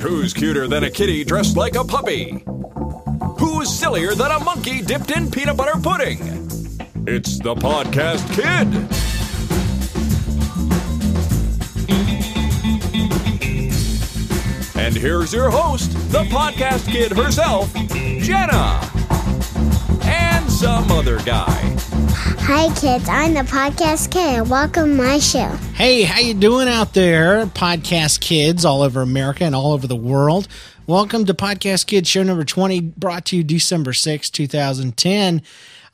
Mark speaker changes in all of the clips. Speaker 1: Who's cuter than a kitty dressed like a puppy? Who's sillier than a monkey dipped in peanut butter pudding? It's the Podcast Kid! And here's your host, the Podcast Kid herself, Jenna! And some other guy.
Speaker 2: Hi, kids. I'm the podcast kid. Welcome to my show.
Speaker 3: Hey, how you doing out there, podcast kids all over America and all over the world? Welcome to Podcast Kids Show number 20, brought to you December sixth, two 2010.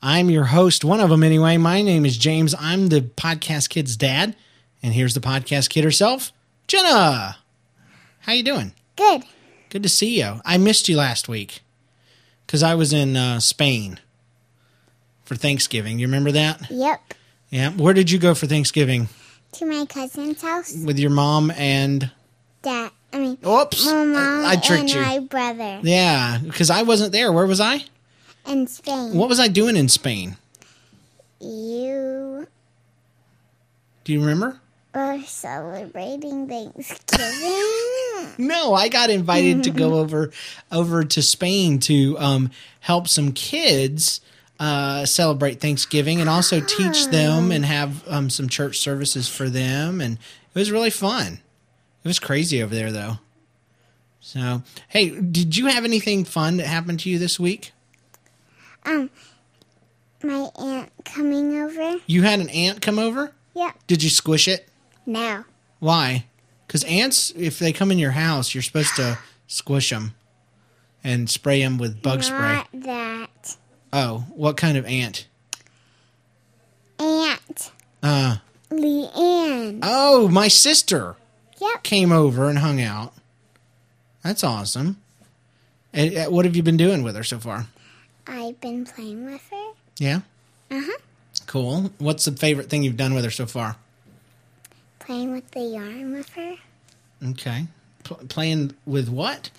Speaker 3: I'm your host, one of them anyway. My name is James. I'm the podcast kid's dad, and here's the podcast kid herself, Jenna. How you doing?
Speaker 2: Good.
Speaker 3: Good to see you. I missed you last week because I was in uh, Spain for Thanksgiving. You remember that?
Speaker 2: Yep.
Speaker 3: Yeah. Where did you go for Thanksgiving?
Speaker 2: To my cousin's house.
Speaker 3: With your mom and
Speaker 2: Dad, I mean,
Speaker 3: Oops.
Speaker 2: my mom
Speaker 3: I tricked
Speaker 2: and
Speaker 3: you.
Speaker 2: my brother
Speaker 3: Yeah, because I wasn't there. Where was I?
Speaker 2: in Spain.
Speaker 3: What was I doing in Spain?
Speaker 2: You
Speaker 3: Do you remember?
Speaker 2: are celebrating Thanksgiving.
Speaker 3: No, I got invited to go over over to Spain to um, help some kids uh, celebrate Thanksgiving and also teach them and have um, some church services for them. And it was really fun. It was crazy over there, though. So, hey, did you have anything fun that happened to you this week?
Speaker 2: my aunt coming over.
Speaker 3: You had an ant come over.
Speaker 2: Yep.
Speaker 3: Did you squish it?
Speaker 2: No.
Speaker 3: Why? Because ants, if they come in your house, you're supposed to squish them and spray them with bug spray.
Speaker 2: Not that.
Speaker 3: Oh, what kind of ant?
Speaker 2: Aunt
Speaker 3: Uh,
Speaker 2: Leanne.
Speaker 3: oh, my sister
Speaker 2: Yep.
Speaker 3: came over and hung out. That's awesome. And, uh, what have you been doing with her so far?
Speaker 2: I've been playing with her.
Speaker 3: Yeah. Uh huh. Cool. What's the favorite thing you've done with her so far?
Speaker 2: Playing with the yarn with her.
Speaker 3: Okay. Pl- playing with what?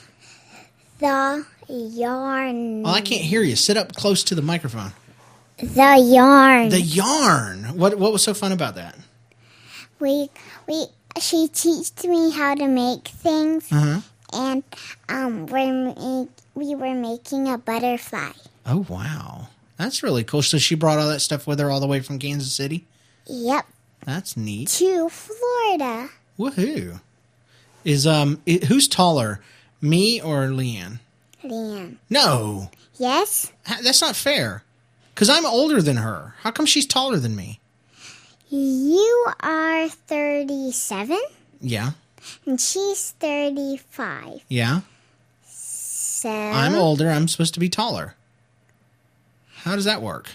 Speaker 2: The yarn.
Speaker 3: Well, I can't hear you. Sit up close to the microphone.
Speaker 2: The yarn.
Speaker 3: The yarn. What? What was so fun about that?
Speaker 2: we we she taught me how to make things
Speaker 3: Uh huh.
Speaker 2: and um we're make, we were making a butterfly
Speaker 3: Oh wow, that's really cool. So she brought all that stuff with her all the way from Kansas City.
Speaker 2: yep
Speaker 3: That's neat.
Speaker 2: to florida
Speaker 3: Woohoo! Is um, i who's taller, me or Leanne?
Speaker 2: Liam.
Speaker 3: No,
Speaker 2: yes
Speaker 3: Ha- that's not fair. Cause I'm older than her. How come she's taller than me?
Speaker 2: you are 37
Speaker 3: Yeah,
Speaker 2: and she's 35
Speaker 3: yeah.
Speaker 2: so
Speaker 3: I'm older. I'm supposed to be taller. How does that work?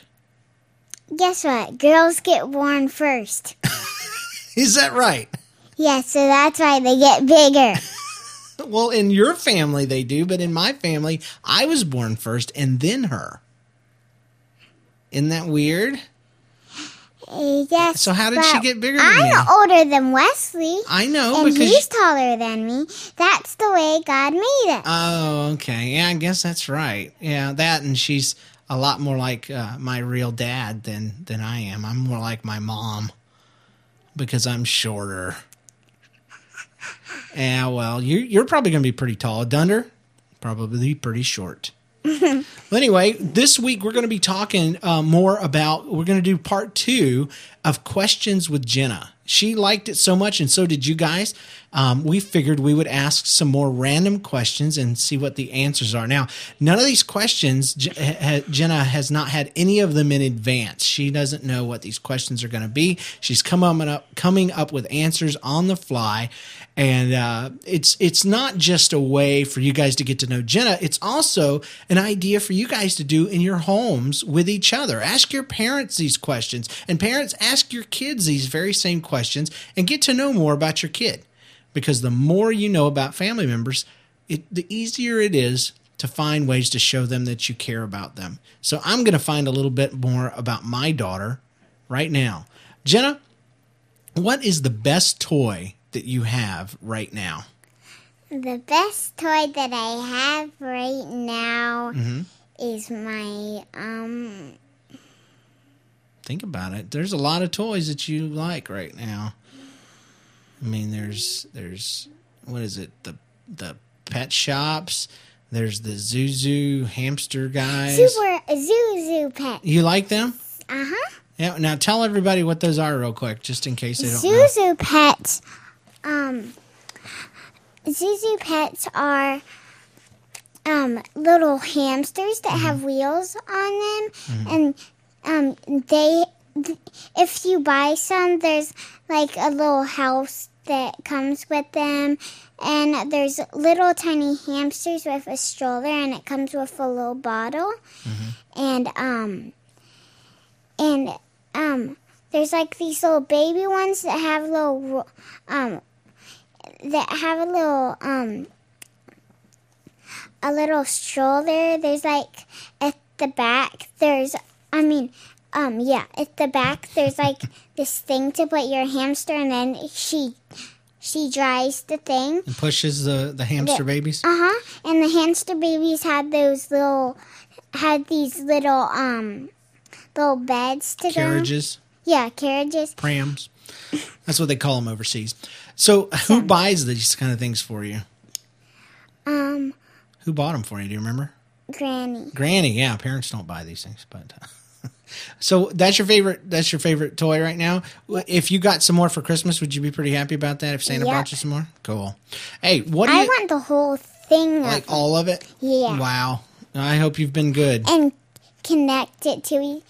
Speaker 2: guess what girls get born first
Speaker 3: Is that right?
Speaker 2: yeah so that's why they get bigger
Speaker 3: Well, in your family they do, but in my family, I was born first and then her. Isn't that weird?
Speaker 2: Uh, yes
Speaker 3: So how did she
Speaker 2: but
Speaker 3: get bigger than
Speaker 2: i'm
Speaker 3: me?
Speaker 2: older than wesley
Speaker 3: I know
Speaker 2: and
Speaker 3: Oh, because.
Speaker 2: he's taller than me. That's the way God made it.
Speaker 3: oh, okay. Yeah, I guess that's right. Yeah, that and she's a lot more like uh, my real dad than than I am. I'm more like my mom because I'm shorter. Yeah, well, you you're probably going to be pretty tall, Dunder. Probably pretty short. Well, anyway, this week we're going to be talking uh, more about, we're going to do part two of questions with Jenna. She liked it so much, and so did you guys. Um, we figured we would ask some more random questions and see what the answers are. Now, none of these questions, J- ha- Jenna has not had any of them in advance. She doesn't know what these questions are going to be. She's coming up, coming up with answers on the fly, and uh, it's it's not just a way for you guys to get to know Jenna. It's also an idea for you guys to do in your homes with each other. Ask your parents these questions, and parents ask your kids these very same questions, and get to know more about your kid. Because the more you know about family members, it, the easier it is to find ways to show them that you care about them. So I'm going to find a little bit more about my daughter right now. Jenna, what is the best toy that you have right now?
Speaker 2: The best toy that I have right now is my um
Speaker 3: Think about it. There's a lot of toys that you like right now. I mean, there's there's what is it? The the pet shops. There's the Zuzu hamster guys.
Speaker 2: Super Zuzu pet.
Speaker 3: You like them?
Speaker 2: Uh huh.
Speaker 3: Yeah. Now tell everybody what those are, real quick, just in case they don't know.
Speaker 2: Zuzu pets. Um, Zuzu pets are um little hamsters that have
Speaker 3: Mm-hmm.
Speaker 2: wheels on them, and um they. th- If you buy some, there's like a little house that comes with them, and there's little tiny hamsters with a stroller, and it comes with a little bottle,
Speaker 3: Mm-hmm.
Speaker 2: and um and um, there's like these little baby ones that have little ro- um, that have a little um, a little stroller. There's like at the back. There's I mean, um, yeah, at the back. There's like this thing to put your hamster, and then she she dries the thing.
Speaker 3: Pushes the the hamster babies.
Speaker 2: Uh huh. And the hamster babies had those little had these little um little beds to go. on.
Speaker 3: Carriages.
Speaker 2: Yeah, carriages.
Speaker 3: prams. That's what they call them overseas. So, who buys these kind of things for you?
Speaker 2: Um,
Speaker 3: Who bought them for you? Do you remember?
Speaker 2: Granny.
Speaker 3: Granny. Yeah, parents don't buy these things, but. So that's your favorite. That's your favorite toy right now. Well, If you got some more for Christmas, would you be pretty happy about that? If Santa
Speaker 2: Yeah.
Speaker 3: brought you some more, cool. Hey, what do
Speaker 2: I
Speaker 3: you
Speaker 2: want the whole thing
Speaker 3: like?
Speaker 2: of
Speaker 3: All of it?
Speaker 2: Yeah.
Speaker 3: Wow. I hope you've been good.
Speaker 2: and connect it to each.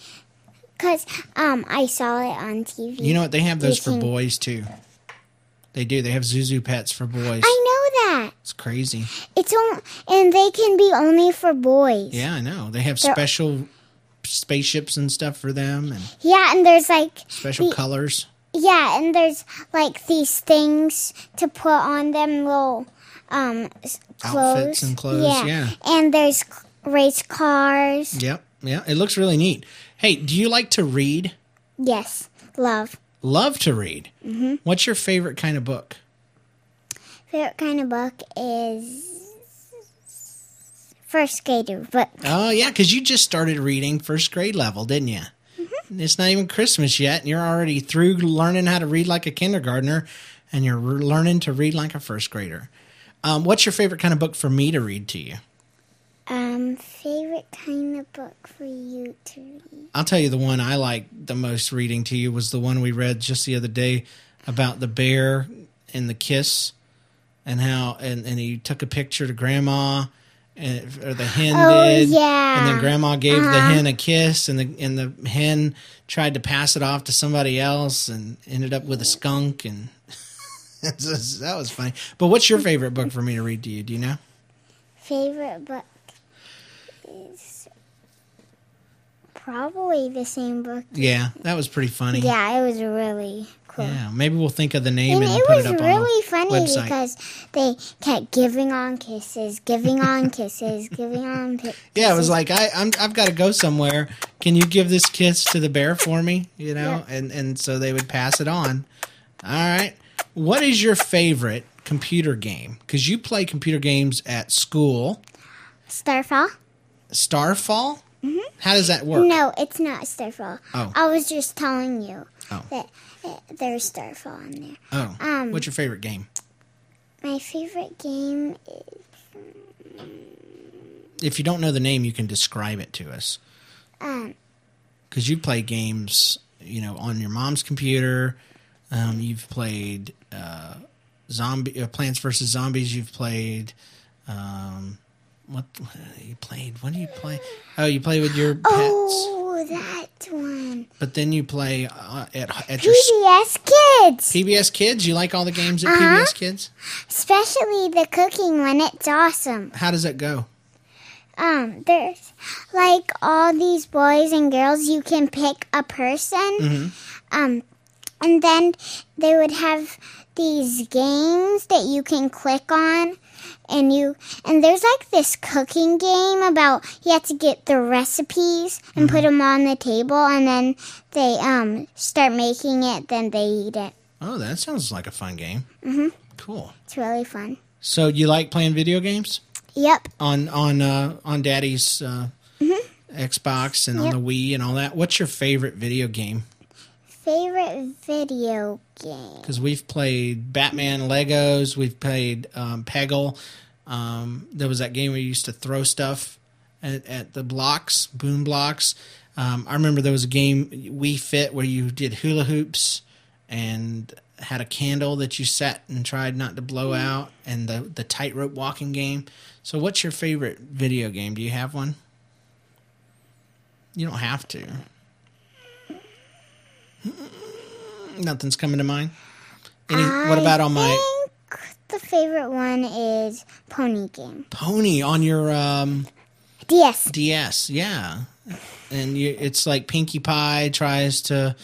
Speaker 2: Cause um, I saw it on TV.
Speaker 3: You know what? They have those for
Speaker 2: can-
Speaker 3: boys too. They do. They have Zuzu pets for boys.
Speaker 2: I know that
Speaker 3: It's crazy.
Speaker 2: it's only and they can be only for boys.
Speaker 3: Yeah, I know. They have
Speaker 2: They're-
Speaker 3: special spaceships and stuff for them and
Speaker 2: Yeah, and there's like
Speaker 3: special
Speaker 2: the-
Speaker 3: colors.
Speaker 2: yeah, and there's like these things to put on them little um s- clothes.
Speaker 3: Outfits and clothes, yeah. Mm.
Speaker 2: And there's c- race cars.
Speaker 3: Yep. Yeah. It looks really neat. Hey, do you like to read?
Speaker 2: Yes, love.
Speaker 3: Love to read. Mm-hmm. What's your favorite kind of book?
Speaker 2: Favorite kind of book is first grader book.
Speaker 3: Oh, yeah, because you just started reading first grade level, didn't you? It's not even Christmas yet, and you're already through learning how to read like a kindergartner, and you're re- learning to read like a first grader. Um, what's your favorite kind of book for me to read to you?
Speaker 2: Um, favorite kind of book for you to read.
Speaker 3: I'll tell you the one I like the most reading to you was the one we read just the other day about the bear and the kiss and how and, and he took a picture to grandma and or the hen
Speaker 2: Oh,
Speaker 3: did
Speaker 2: yeah.
Speaker 3: and then grandma gave the
Speaker 2: Uh-huh.
Speaker 3: hen a kiss and the and the hen tried to pass it off to somebody else and ended up with a skunk and it's just- that was funny but what's your favorite book for me to read to you do you know
Speaker 2: Favorite book is probably the same book.
Speaker 3: yeah that was pretty funny
Speaker 2: Yeah, it was really cool.
Speaker 3: Yeah, maybe we'll think of the name
Speaker 2: And
Speaker 3: and,
Speaker 2: it
Speaker 3: put
Speaker 2: was
Speaker 3: it up on
Speaker 2: really
Speaker 3: the
Speaker 2: funny
Speaker 3: website.
Speaker 2: because they kept giving on kisses, giving on kisses, giving on pi-
Speaker 3: Yeah, it was like I, I'm, I've got to go somewhere. Can you give this kiss to the bear for me? You know, and and so they would pass it on. All right. What is your favorite computer game? Because you play computer games at school.
Speaker 2: Starfall.
Speaker 3: Starfall. Mm-hmm. How does that work?
Speaker 2: No, it's not Starfall.
Speaker 3: Oh.
Speaker 2: I was just telling you
Speaker 3: Oh.
Speaker 2: that uh, there's Starfall on there.
Speaker 3: Oh,
Speaker 2: um,
Speaker 3: what's your favorite game?
Speaker 2: My favorite game is
Speaker 3: If you don't know the name, you can describe it to us.
Speaker 2: um,
Speaker 3: Because you play games, you know, on your mom's computer. Um, you've played uh, zombie uh, Plants vs Zombies. You've played um, what you played? What do you play? Oh, you play with your pets,
Speaker 2: oh that one
Speaker 3: but then you play uh, at at your s-
Speaker 2: PBS Kids,
Speaker 3: PBS Kids. You like all the games at PBS Kids?
Speaker 2: especially the cooking one. It's awesome.
Speaker 3: How does that go?
Speaker 2: Um, there's like all these boys and girls. You can pick a person. Um, and then they would have these games that you can click on, and you and there's like this cooking game about you have to get the recipes and put 'em put them on the table, and then they um start making it. Then they eat it.
Speaker 3: Oh, that sounds like a fun game. Mm-hmm. Cool.
Speaker 2: It's really fun.
Speaker 3: So you like playing video games?
Speaker 2: Yep.
Speaker 3: on on uh, on Daddy's uh, Xbox and on the Wii and all that. What's your favorite video game?
Speaker 2: Favorite video game.
Speaker 3: Because we've played Batman Legos, we've played um, Peggle, Um, there was that game where you used to throw stuff at, at the blocks, boom blocks. Um, I remember there was a game We Fit where you did hula hoops and had a candle that you set and tried not to blow
Speaker 2: Mm-hmm.
Speaker 3: out, and the the tightrope walking game. So, what's your favorite video game? Do you have one? You don't have to. Nothing's coming to mind. Any, what about on my
Speaker 2: I think the favorite one is Pony Game.
Speaker 3: pony on your um,
Speaker 2: DS.
Speaker 3: DS? Yeah, and you, it's like Pinkie Pie tries to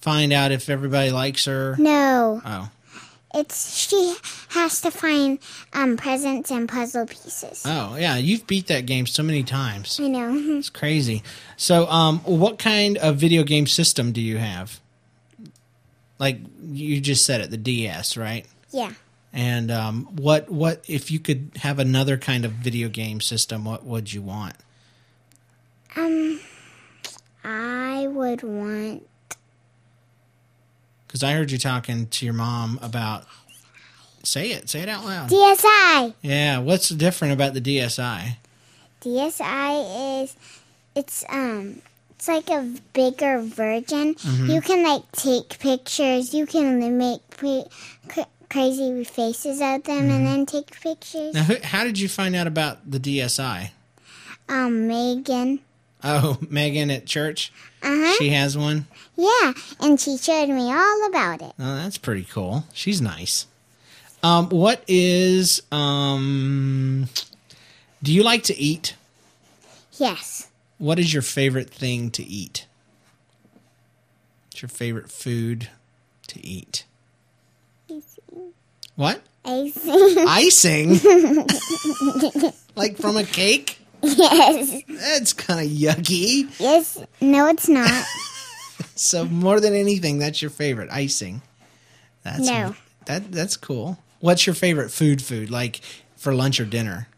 Speaker 3: find out if everybody likes her.
Speaker 2: No,
Speaker 3: Oh,
Speaker 2: it's she has to find um presents and puzzle pieces.
Speaker 3: oh yeah, you've beat that game so many times.
Speaker 2: I know.
Speaker 3: It's crazy. So, um, what kind of video game system do you have? Like you just said it, the DS, right?
Speaker 2: yeah.
Speaker 3: And um, what what if you could have another kind of video game system? What would you want?
Speaker 2: I would want
Speaker 3: Because I heard you talking to your mom about. Say it. Say it out loud.
Speaker 2: DSI.
Speaker 3: yeah. What's different about the DSI?
Speaker 2: DSI is it's um it's like a bigger version.
Speaker 3: Mm-hmm.
Speaker 2: You can like take pictures. You can li- make pre- cr- crazy faces of them
Speaker 3: Mm-hmm.
Speaker 2: and then take pictures.
Speaker 3: Now, who, how did you find out about the DSI?
Speaker 2: Um, Megan.
Speaker 3: Oh, Megan at church.
Speaker 2: Uh huh.
Speaker 3: She has one.
Speaker 2: Yeah, and she showed me all about it.
Speaker 3: Oh, that's pretty cool. She's nice. Um, what is um? Do you like to eat?
Speaker 2: Yes.
Speaker 3: What is your favorite thing to eat? What's your favorite food to eat? What?
Speaker 2: I see.
Speaker 3: Icing? like from a cake?
Speaker 2: yes.
Speaker 3: That's kind of yucky.
Speaker 2: Yes. No, it's not.
Speaker 3: So more than anything, that's your favorite icing. That's
Speaker 2: No.
Speaker 3: That that's cool. What's your favorite food? Food like for lunch or dinner?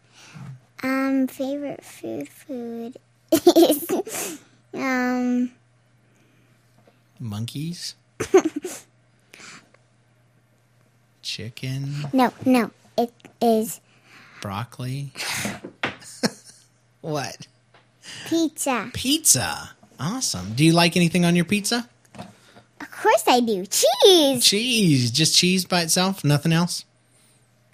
Speaker 2: Um, favorite food food is um
Speaker 3: Monkeys. Chicken,
Speaker 2: no no it is
Speaker 3: broccoli. what?
Speaker 2: pizza.
Speaker 3: Pizza. Awesome. Do you like anything on your pizza?
Speaker 2: Of course I do. Cheese.
Speaker 3: Cheese. Just cheese by itself? Nothing else?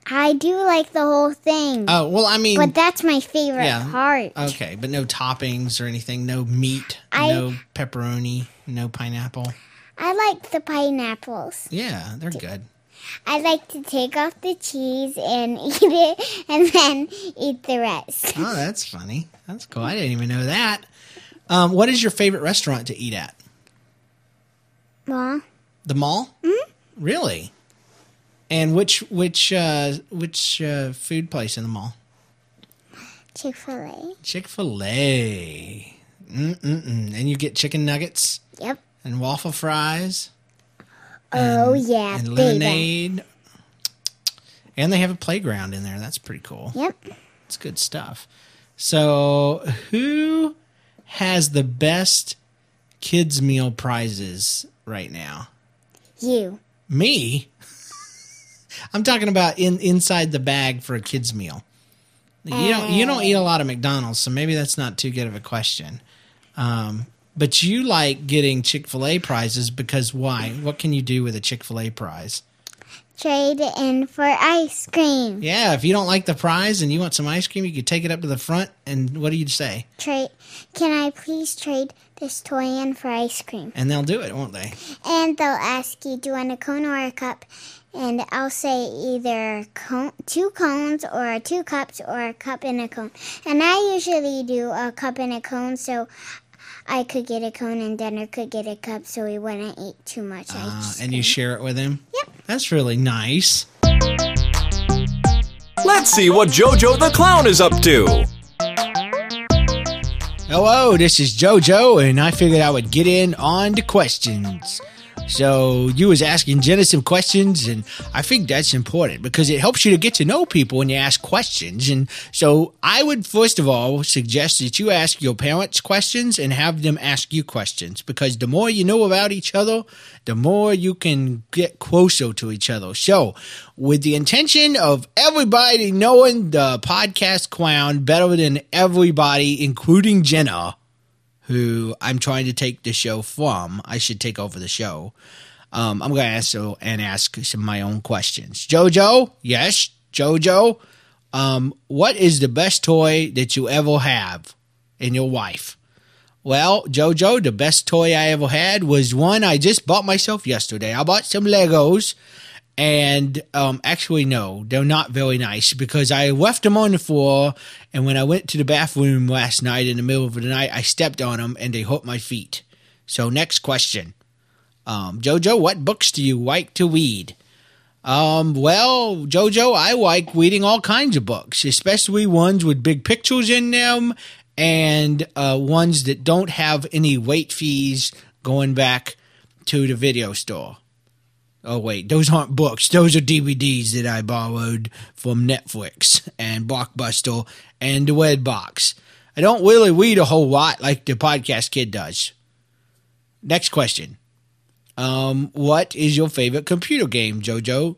Speaker 2: I do like the whole thing,
Speaker 3: Oh, well, I mean,
Speaker 2: but that's my favorite
Speaker 3: yeah. Uh,
Speaker 2: part.
Speaker 3: okay, but no toppings or anything. No meat,
Speaker 2: I-
Speaker 3: no pepperoni, no pineapple.
Speaker 2: I like the pineapples.
Speaker 3: Yeah, they're good.
Speaker 2: I like to take off the cheese and eat it, and then eat the rest.
Speaker 3: Oh, that's funny. That's cool. I didn't even know that. Um, what is your favorite restaurant to eat at?
Speaker 2: Well,
Speaker 3: The mall? Really? And which which uh, which uh, food place in the mall?
Speaker 2: Chick Fil
Speaker 3: Chick Fil A. Mm-mm-mm. And you get chicken nuggets
Speaker 2: A. Yep.
Speaker 3: and waffle fries
Speaker 2: oh yeah,
Speaker 3: and
Speaker 2: baby.
Speaker 3: lemonade. And they have a playground in there. That's pretty cool.
Speaker 2: Yep.
Speaker 3: It's good stuff. So, who has the best kids meal prizes right now?
Speaker 2: You.
Speaker 3: Me. I'm talking about in inside the bag for a kids meal. You don't you don't eat a lot of McDonald's, so maybe that's not too good of a question. Um, but you like getting Chick Fil A prizes because why? What can you do with a Chick Fil A prize?
Speaker 2: Trade in for ice cream.
Speaker 3: Yeah, if you don't like the prize and you want some ice cream, you could take it up to the front. And what do you say?
Speaker 2: Trade. Can I please trade this toy in for ice cream?
Speaker 3: And they'll do it, won't they?
Speaker 2: And they'll ask you, do you want a cone or a cup? And I'll say either cone, two cones or two cups or a cup and a cone. And I usually do a cup and a cone, so I could get a cone and Denner could get a cup, so we wouldn't eat too much.
Speaker 3: Uh,
Speaker 2: ice.
Speaker 3: and you share it with him.
Speaker 2: Yep.
Speaker 3: That's really nice.
Speaker 1: Let's see what JoJo the Clown is up to.
Speaker 3: Hello, this is JoJo, and I figured I would get in on the questions. So you was asking Jenna some questions, and I think that's important because it helps you to get to know people when you ask questions. And so I would first of all suggest that you ask your parents questions and have them ask you questions because the more you know about each other, the more you can get closer to each other. So with the intention of everybody knowing the podcast clown better than everybody, including Jenna who I'm trying to take the show from. I should take over the show. Um, I'm going to ask so, and ask some of my own questions. Jojo, yes, Jojo, um, what is the best toy that you ever have in your life? Well, Jojo, the best toy I ever had was one I just bought myself yesterday. I bought some Legos, and um, actually, no, they're not very nice because I left them on the floor. And when I went to the bathroom last night in the middle of the night, I stepped on them and they hurt my feet. So, next question. Um, Jojo, what books do you like to read? Um, well, Jojo, I like reading all kinds of books, especially ones with big pictures in them and uh, ones that don't have any late fees going back to the video store. Oh wait, those aren't books. Those are DVDs that I borrowed from Netflix and Blockbuster and the Red Box. I don't really read a whole lot like the podcast kid does. Next question. Um, what is your favorite computer game, Jojo?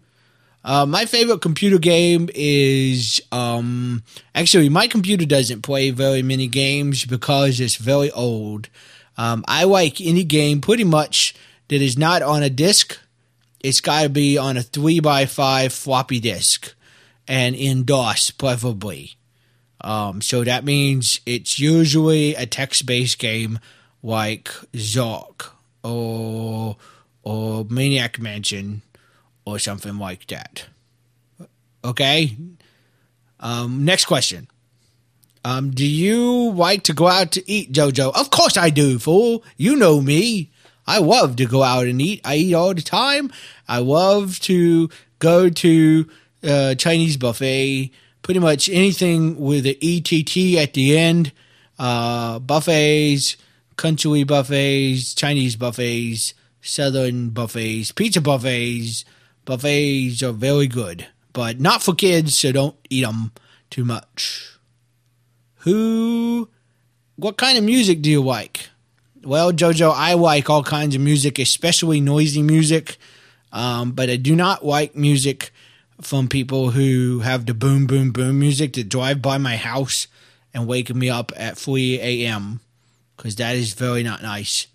Speaker 3: Uh, my favorite computer game is um, actually my computer doesn't play very many games because it's very old. Um, I like any game pretty much that is not on a disc it's got to be on a three by five floppy disk and in DOS preferably. Um, so that means it's usually a text based game like Zork or or Maniac Mansion or something like that. Okay. Um, next question. Um, do you like to go out to eat, Jojo? Of course I do, fool. You know me. I love to go out and eat. I eat all the time. I love to go to uh, Chinese buffet. Pretty much anything with an ETT at the end. Uh, buffets, country buffets, Chinese buffets, southern buffets, pizza buffets. Buffets are very good, but not for kids, so don't eat them too much. Who? What kind of music do you like? Well, Jojo, I like all kinds of music, especially noisy music. Um, but I do not like music from people who have the boom, boom, boom music that drive by my house and wake me up at 3 a.m. because that is very not nice.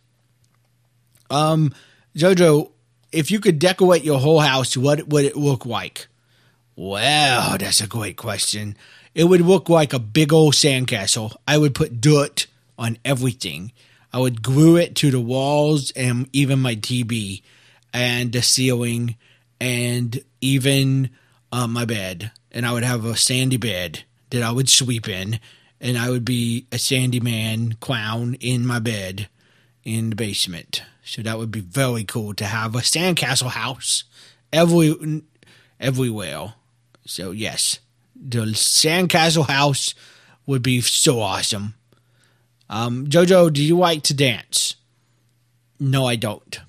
Speaker 3: Um, Jojo, if you could decorate your whole house, what would it look like? Well, that's a great question. It would look like a big old sandcastle. I would put dirt on everything. I would glue it to the walls and even my TV and the ceiling and even uh, my bed. And I would have a sandy bed that I would sleep in. And I would be a sandy man clown in my bed in the basement. So that would be very cool to have a sandcastle house every everywhere. So yes, the sandcastle house would be so awesome. Um, Jojo, do you like to dance? No, I don't.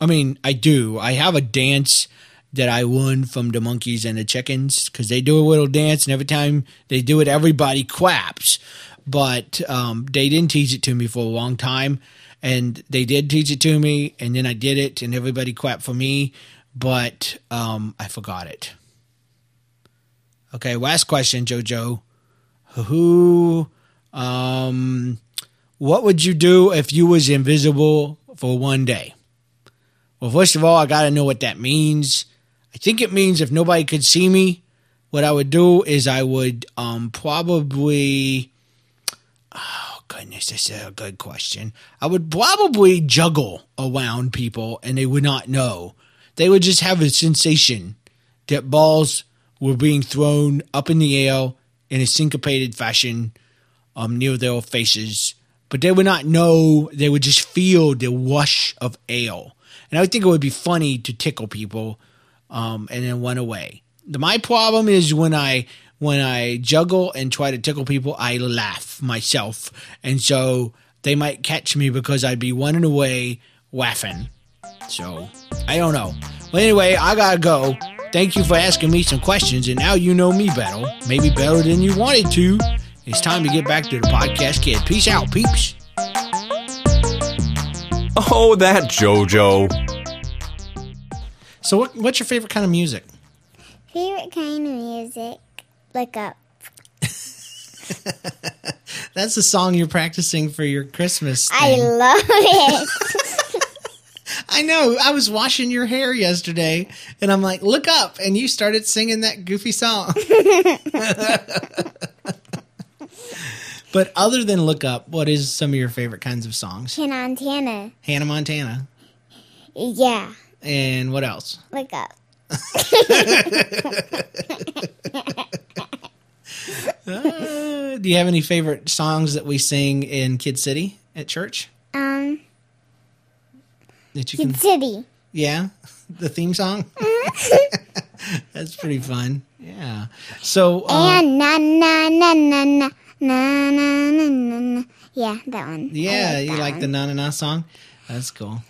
Speaker 3: I mean, I do. I have a dance that I learned from the monkeys and the chickens because they do a little dance, and every time they do it, everybody claps. But um, they didn't teach it to me for a long time, and they did teach it to me, and then I did it, and everybody clapped for me, but um, I forgot it. Okay, last question, Jojo. Who, um, what would you do if you was invisible for one day? Well, first of all, I gotta know what that means. I think it means if nobody could see me, what I would do is I would um probably oh goodness, this is a good question. I would probably juggle around people and they would not know. They would just have a sensation that balls were being thrown up in the air in a syncopated fashion um, near their faces, but they would not know. They would just feel the rush of ale. And I would think it would be funny to tickle people um, and then run away. The, my problem is when I when I juggle and try to tickle people, I laugh myself, and so they might catch me because I'd be running away laughing. So I don't know. Well, anyway, I gotta go. Thank you for asking me some questions, and now you know me better. Maybe better than you wanted to. It's time to get back to the podcast, kid. Peace out, peeps.
Speaker 1: Oh, that JoJo.
Speaker 3: So, what, what's your favorite kind of music?
Speaker 2: Favorite kind of music? Look up.
Speaker 3: That's the song you're practicing for your Christmas.
Speaker 2: I
Speaker 3: thing.
Speaker 2: love it.
Speaker 3: I know. I was washing your hair yesterday, and I'm like, look up, and you started singing that goofy song. but other than look up, what is some of your favorite kinds of songs?
Speaker 2: Hannah Montana.
Speaker 3: Hannah Montana,
Speaker 2: Yeah.
Speaker 3: and what else?
Speaker 2: Look up.
Speaker 3: Uh, do you have any favorite songs that we sing in Kid City at church
Speaker 2: Um,
Speaker 3: that you can?
Speaker 2: Kid City.
Speaker 3: Yeah, the theme song. That's pretty fun. Yeah. So. Um,
Speaker 2: And na na na na na na na na na. na. Yeah, that one. I
Speaker 3: Yeah, you
Speaker 2: that
Speaker 3: like the
Speaker 2: one.
Speaker 3: na na na song? That's cool.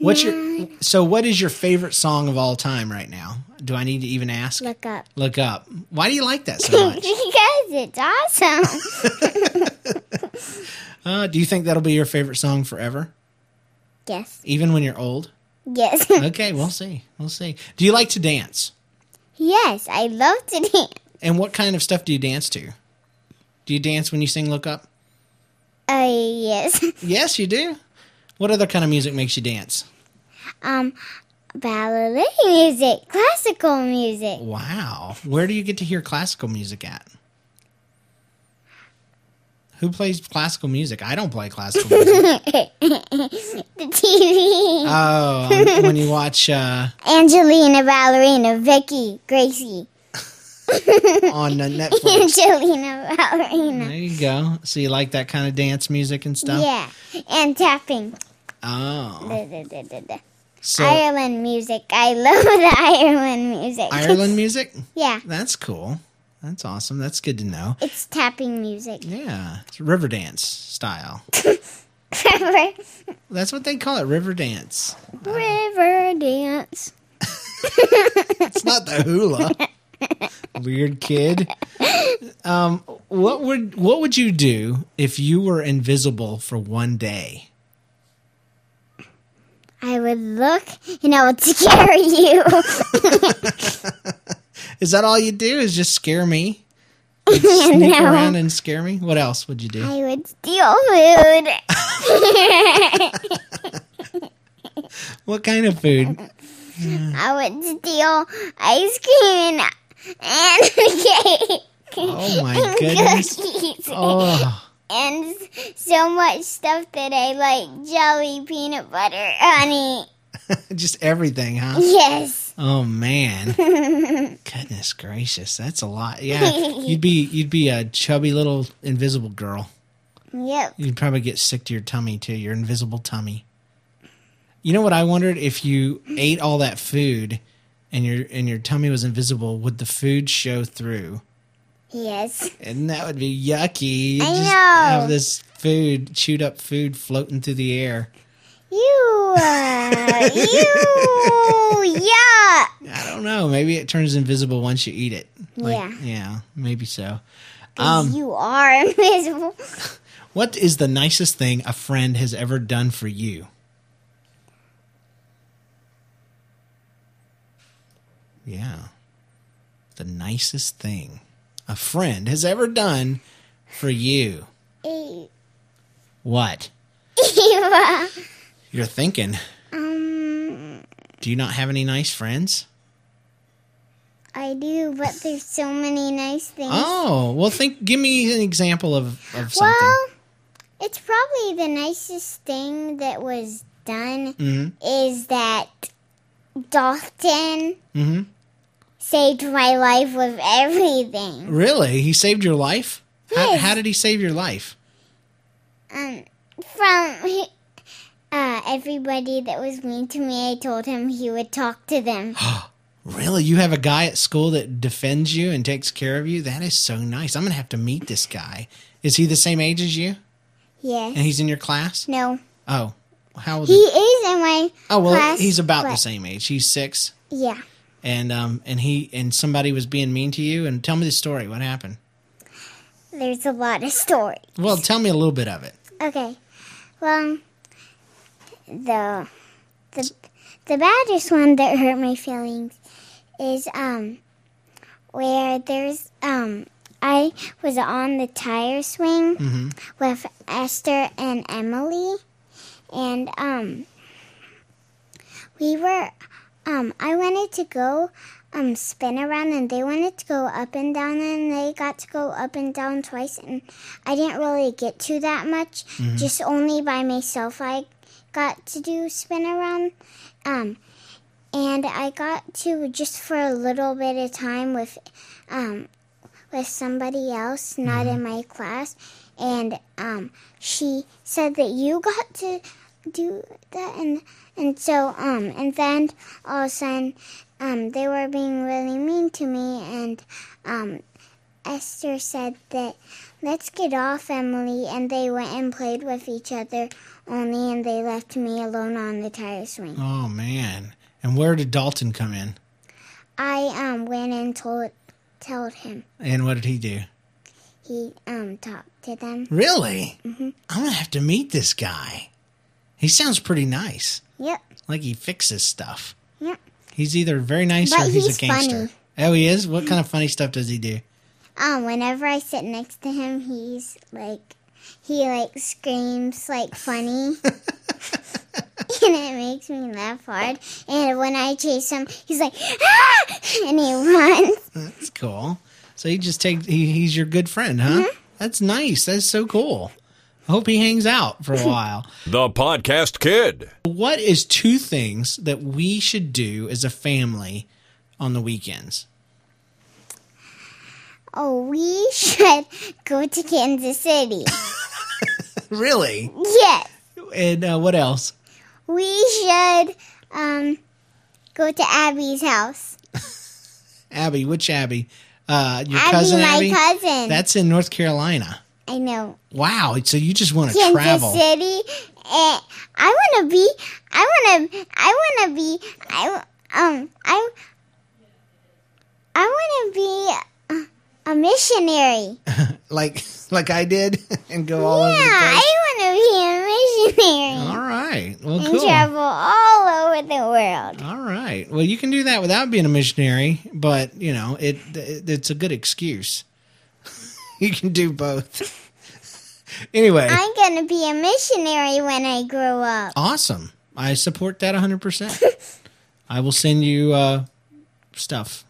Speaker 3: What's your so what is your favorite song of all time right now? Do I need to even ask?
Speaker 2: look up
Speaker 3: Look up. Why do you like that so much?
Speaker 2: because it's awesome.
Speaker 3: Uh, do you think that'll be your favorite song forever,
Speaker 2: yes,
Speaker 3: even when you're old?
Speaker 2: yes,
Speaker 3: Okay, we'll see. We'll see. Do you like to dance?
Speaker 2: yes. I love to dance.
Speaker 3: And what kind of stuff do you dance to? Do you dance when you sing Look Up?
Speaker 2: Oh yes.
Speaker 3: Yes, you do. What other kind of music makes you dance?
Speaker 2: Um, ballet music, classical music.
Speaker 3: Wow. Where do you get to hear classical music at? Who plays classical music? I don't play classical music.
Speaker 2: The TV.
Speaker 3: oh, um, when you watch uh,
Speaker 2: Angelina, ballerina, Vicky, Gracie.
Speaker 3: on uh, Netflix.
Speaker 2: Angelina, ballerina.
Speaker 3: There you go. So you like that kind of dance music and stuff?
Speaker 2: Yeah, and tapping.
Speaker 3: Oh.
Speaker 2: Da, da, da, da, da.
Speaker 3: So
Speaker 2: Ireland music. I love the Ireland music.
Speaker 3: Ireland music?
Speaker 2: yeah,
Speaker 3: That's cool. That's awesome. That's good to know.
Speaker 2: it's tapping music.
Speaker 3: Yeah. It's river dance style.
Speaker 2: River,
Speaker 3: That's what they call it, river dance.
Speaker 2: river dance.
Speaker 3: It's not the hula. Weird kid. Um, what would what would you do if you were invisible for one day?
Speaker 2: I would look and I would scare you.
Speaker 3: Is that all you do? Is just scare me? You'd Sneak
Speaker 2: No.
Speaker 3: around and scare me. What else would you do?
Speaker 2: I would steal food.
Speaker 3: What kind of food?
Speaker 2: I would steal ice cream and, and cake.
Speaker 3: Oh my
Speaker 2: and
Speaker 3: goodness!
Speaker 2: Cookies.
Speaker 3: Oh,
Speaker 2: And s- so much stuff that I like jelly, peanut butter, honey.
Speaker 3: just everything, huh?
Speaker 2: Yes.
Speaker 3: Oh man, goodness gracious, that's a lot. Yeah, you'd be you'd be a chubby little invisible girl.
Speaker 2: Yep.
Speaker 3: You'd probably get sick to your tummy too, your invisible tummy. You know what I wondered if you ate all that food and your and your tummy was invisible, would the food show through?
Speaker 2: Yes.
Speaker 3: And that would be yucky. You'd
Speaker 2: I
Speaker 3: just
Speaker 2: know.
Speaker 3: have this food, chewed up food floating through the air.
Speaker 2: You. Uh, you. Yeah.
Speaker 3: I don't know. Maybe it turns invisible once you eat it.
Speaker 2: Yeah.
Speaker 3: Yeah, maybe so. Um.
Speaker 2: 'Cause you are invisible.
Speaker 3: What is the nicest thing a friend has ever done for you? Yeah. The nicest thing a friend has ever done for you.
Speaker 2: Eva.
Speaker 3: What? You're thinking.
Speaker 2: Um,
Speaker 3: Do you not have any nice friends?
Speaker 2: I do, but there's so many nice things.
Speaker 3: Oh, well think give me an example of, of something.
Speaker 2: well, it's probably the nicest thing that was done is that Dalton
Speaker 3: Mhm.
Speaker 2: saved my life with everything.
Speaker 3: really? He saved your life? How,
Speaker 2: Yes.
Speaker 3: how did he save your life?
Speaker 2: um from uh everybody that was mean to me i told him he would talk to them
Speaker 3: Really? You have a guy at school that defends you and takes care of you? That is so nice. I'm going to have to meet this guy. Is he the same age as you?
Speaker 2: yes
Speaker 3: And he's in your class?
Speaker 2: no
Speaker 3: Oh, how old?
Speaker 2: He is in my
Speaker 3: oh well,
Speaker 2: class,
Speaker 3: he's about the
Speaker 2: but-
Speaker 3: same age. He's six,
Speaker 2: Yeah.
Speaker 3: and um, and he and somebody was being mean to you. And tell me the story. What happened?
Speaker 2: There's a lot of story.
Speaker 3: Well, tell me a little bit of it.
Speaker 2: Okay. Well, the the the baddest one that hurt my feelings is um where there's um I was on the tire swing with Esther and Emily and um we were um I wanted to go um spin around and they wanted to go up and down and they got to go up and down twice and I didn't really get to that much just only by myself I got to do spin around um and I got to just for a little bit of time with um with somebody else not in my class and um she said that you got to do that and and so um and then all of a sudden um they were being really mean to me and um Esther said that let's get off Emily and they went and played with each other only and they left me alone on the tire swing.
Speaker 3: Oh man! And where did Dalton come in?
Speaker 2: I um went and told told him.
Speaker 3: And what did he do?
Speaker 2: He um talked to them.
Speaker 3: Really?
Speaker 2: Mm-hmm.
Speaker 3: I'm gonna have to meet this guy. He sounds pretty nice.
Speaker 2: Yep.
Speaker 3: Like he fixes stuff.
Speaker 2: Yep.
Speaker 3: He's either very nice or
Speaker 2: But
Speaker 3: he's,
Speaker 2: he's
Speaker 3: a gangster.
Speaker 2: funny.
Speaker 3: Oh, he is. What kind of funny stuff does he do?
Speaker 2: Um whenever I sit next to him, he's like he like screams like funny. and it makes me laugh hard. And when I chase him, he's like ah! and he runs.
Speaker 3: That's cool. So he just takes. He, he's your good friend, huh?
Speaker 2: Mm-hmm.
Speaker 3: That's nice. That's so cool. I hope he hangs out for a while.
Speaker 1: The Podcast Kid.
Speaker 3: What is two things that we should do as a family on the weekends?
Speaker 2: Oh, we should go to Kansas City.
Speaker 3: Really?
Speaker 2: yes.
Speaker 3: And uh, what else?
Speaker 2: We should um go to Abby's house.
Speaker 3: Abby, which Abby? Uh, your
Speaker 2: Abby,
Speaker 3: cousin
Speaker 2: my
Speaker 3: Abby.
Speaker 2: cousin.
Speaker 3: That's in North Carolina.
Speaker 2: I know.
Speaker 3: Wow. So you just want to
Speaker 2: Kansas
Speaker 3: travel.
Speaker 2: City. Eh, I want to be. I want to. I want to be. I um. I. I want to be a, a missionary.
Speaker 3: like like I did and go all
Speaker 2: Yeah,
Speaker 3: over the place.
Speaker 2: I want to be a missionary
Speaker 3: All right. Well,
Speaker 2: and
Speaker 3: cool.
Speaker 2: travel all over the world.
Speaker 3: All right. Well, you can do that without being a missionary, but you know it, it it's a good excuse. you can do both. anyway,
Speaker 2: I'm gonna be a missionary when I grow up.
Speaker 3: awesome. I support that 100%. I will send you uh, stuff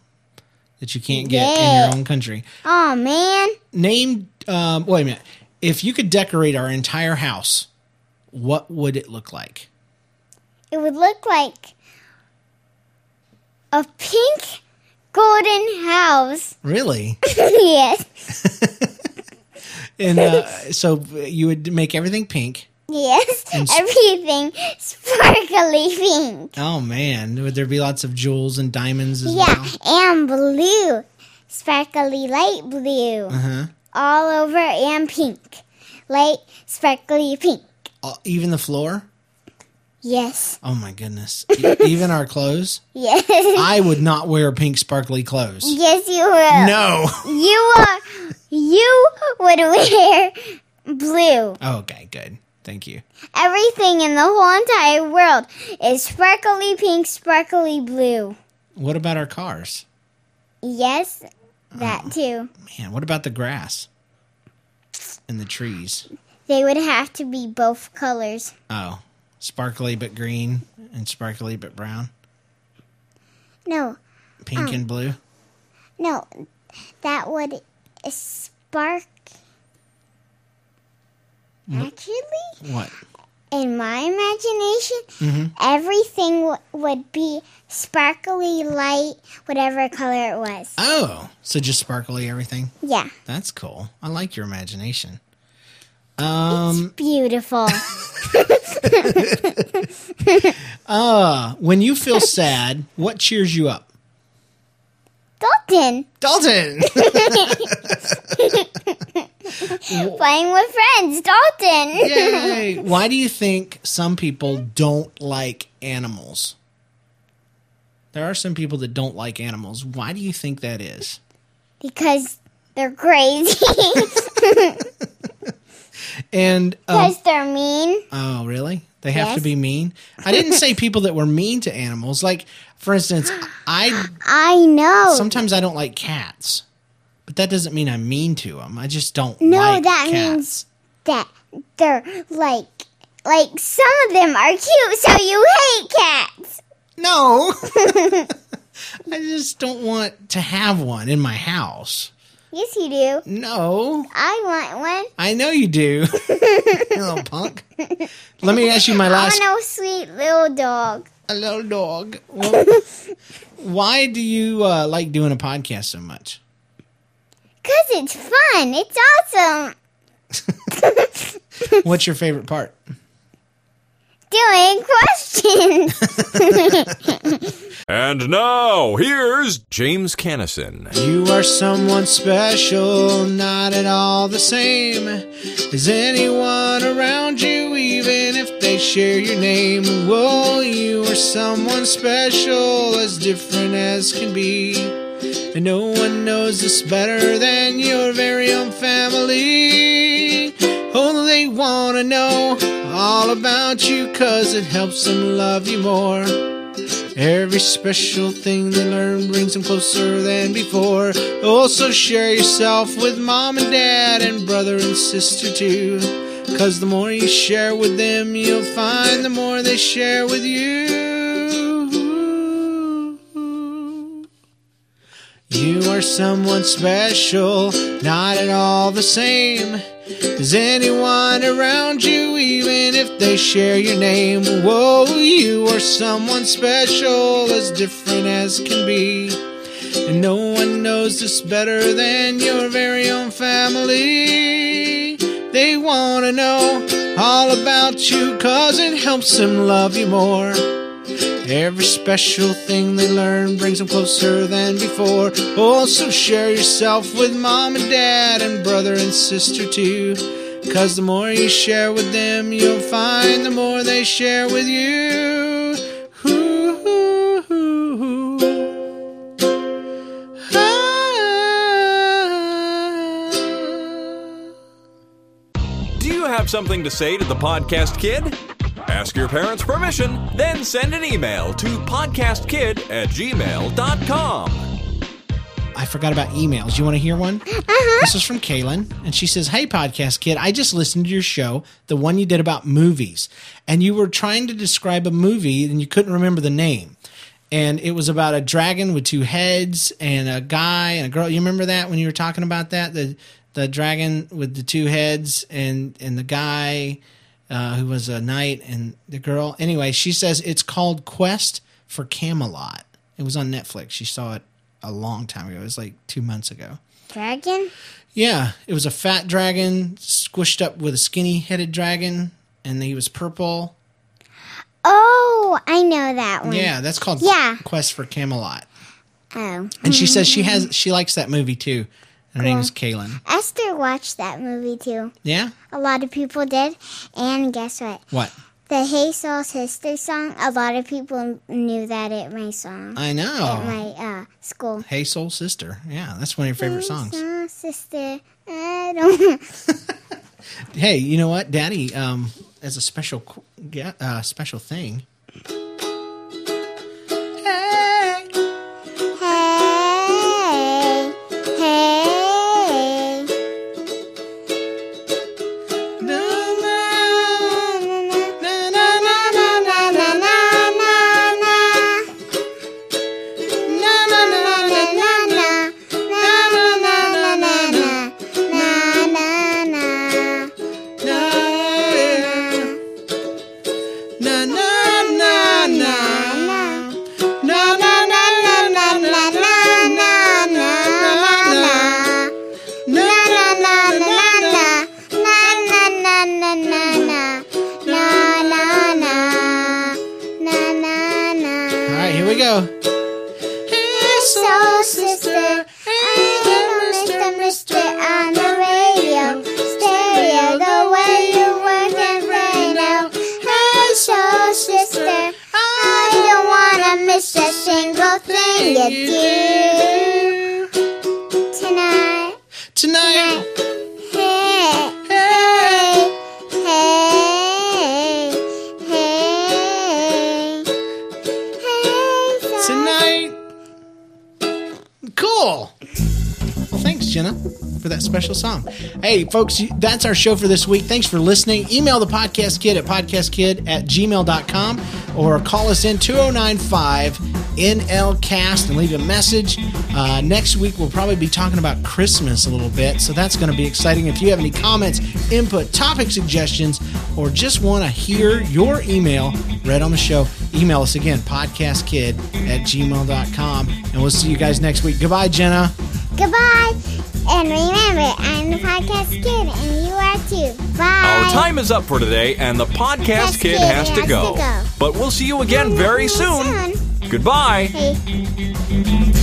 Speaker 3: that you can't get in
Speaker 2: Yeah.
Speaker 3: your own country.
Speaker 2: Oh man.
Speaker 3: Name, um, wait a minute. If you could decorate our entire house, what would it look like?
Speaker 2: It would look like a pink golden house.
Speaker 3: Really?
Speaker 2: yes.
Speaker 3: And uh, so you would make everything pink.
Speaker 2: Yes. Everything sparkly pink.
Speaker 3: Oh man, would there be lots of jewels and diamonds as
Speaker 2: Yeah.
Speaker 3: well?
Speaker 2: And blue. Sparkly light blue.
Speaker 3: Uh-huh.
Speaker 2: All over and pink. Light sparkly pink.
Speaker 3: Uh, Even the floor?
Speaker 2: Yes.
Speaker 3: Oh my goodness. E- Even our clothes?
Speaker 2: Yes.
Speaker 3: I would not wear pink sparkly clothes.
Speaker 2: yes, you will.
Speaker 3: No.
Speaker 2: You are. You would wear blue.
Speaker 3: Okay, good. Thank you.
Speaker 2: Everything in the whole entire world is sparkly pink, sparkly blue.
Speaker 3: What about our cars?
Speaker 2: Yes, that
Speaker 3: Uh-huh.
Speaker 2: too.
Speaker 3: Man, what about the grass? And the trees?
Speaker 2: They would have to be both colors.
Speaker 3: Oh, sparkly but green and sparkly but brown,
Speaker 2: No,
Speaker 3: pink and blue.
Speaker 2: no, that would spark. Actually,
Speaker 3: What?
Speaker 2: in my imagination, everything w- would be sparkly light, whatever color it was.
Speaker 3: Oh, so just sparkly everything.
Speaker 2: Yeah,
Speaker 3: That's cool. I like your imagination. Um,
Speaker 2: beautiful.
Speaker 3: when you feel sad, what cheers you up?
Speaker 2: Dalton.
Speaker 3: Dalton.
Speaker 2: playing with friends, Dalton.
Speaker 3: Yay. Why do you think some people don't like animals? There are some people that don't like animals. Why do you think that is?
Speaker 2: because they're crazy.
Speaker 3: And um,
Speaker 2: because they're mean.
Speaker 3: oh, really? They have to
Speaker 2: Yes.
Speaker 3: be mean. I didn't say people that were mean to animals. Like, for instance, I
Speaker 2: I know.
Speaker 3: sometimes I don't like cats, but that doesn't mean I'm mean to them. I just don't.
Speaker 2: No,
Speaker 3: like
Speaker 2: that
Speaker 3: cats.
Speaker 2: means- that they're like like some of them are cute, so you hate cats.
Speaker 3: No. I just don't want to have one in my house.
Speaker 2: Yes, you do.
Speaker 3: No.
Speaker 2: I want one.
Speaker 3: I know you do. you little punk. Let me ask you my
Speaker 2: I
Speaker 3: last
Speaker 2: want a sweet little dog.
Speaker 3: a little dog. Well, why do you uh, like doing a podcast so much?
Speaker 2: Cause it's fun. It's awesome.
Speaker 3: What's your favorite part?
Speaker 2: Doing questions.
Speaker 1: And now, here's James Cannison.
Speaker 3: You are someone special, not at all the same as anyone around you, even if they share your name. Whoa, you are someone special, as different as can be. And no one knows this better than your very own family. Oh, they want to know all about you, cause it helps them love you more. Every special thing they learn brings them closer than before. Also, share yourself with mom and dad and brother and sister too. Cause the more you share with them, you'll find the more they share with you. You are someone special, not at all the same as anyone around you, even if they share your name. Whoa, you are someone special, as different as can be. And no one knows this better than your very own family. They want to know all about you, cause it helps them love you more. Every special thing they learn brings them closer than before. Also, share yourself with mom and dad and brother and sister too. Cause the more you share with them, you'll find the more they share with you. Ah.
Speaker 1: Do you have something to say to the podcast kid? Ask your parents' permission, then send an email to podcastkid at gmail.com.
Speaker 3: I forgot about emails. You want to hear one?
Speaker 2: Uh-huh.
Speaker 3: This is from Kaylin, and she says, Hey, podcast kid, I just listened to your show, the one you did about movies, and you were trying to describe a movie and you couldn't remember the name. And it was about a dragon with two heads and a guy and a girl. You remember that when you were talking about that? The the dragon with the two heads and, and the guy uh, who was a knight and the girl. Anyway, she says it's called Quest for Camelot. It was on Netflix. She saw it a long time ago. It was like two months ago.
Speaker 2: Dragon?
Speaker 3: Yeah, it was a fat dragon squished up with a skinny headed dragon, and he was purple.
Speaker 2: Oh, I know that one.
Speaker 3: Yeah, that's called
Speaker 2: Yeah.
Speaker 3: Quest for Camelot.
Speaker 2: Oh.
Speaker 3: And she says she has she likes that movie too. Her name is Kaylin.
Speaker 2: Esther watched that movie too.
Speaker 3: Yeah,
Speaker 2: A lot of people did. And guess what?
Speaker 3: what?
Speaker 2: The Hey Soul Sister song, a lot of people knew that at my song.
Speaker 3: I
Speaker 2: At
Speaker 3: know.
Speaker 2: my uh, school.
Speaker 3: Hey, Soul Sister. Yeah, that's one of your favorite songs.
Speaker 2: Soul Sister. I don't
Speaker 3: Hey, you know what, Daddy? Um, as a special, qu- yeah, uh, special thing. Hey.
Speaker 2: Hey, hey.
Speaker 3: Na, na, na, na, na, na, na, na, na.
Speaker 2: hey, hey, hey, hey, hey, hey,
Speaker 3: tonight. Cool. Well, thanks, Jenna, for that special song. Hey, folks, you- that's our show for this week. Thanks for listening. Email the podcast kid at podcastkid at gmail.com or call us in 2095 NLCast and leave a message. Uh, next week, we'll probably be talking about Christmas a little bit, so that's going to be exciting. If you have any comments, input, topic suggestions, or just want to hear your email read on the show, email us again, podcastkid at gmail.com. And we'll see you guys next week. Goodbye, Jenna.
Speaker 2: Goodbye. And remember, I'm the podcast kid, and you are too. Bye.
Speaker 1: Our time is up for today, and the podcast
Speaker 2: Yes,
Speaker 1: kid
Speaker 2: kid
Speaker 1: has to
Speaker 2: has
Speaker 1: go.
Speaker 2: to go.
Speaker 1: But we'll see you again
Speaker 2: We'll
Speaker 1: very
Speaker 2: see you
Speaker 1: soon. Goodbye.
Speaker 2: Hey.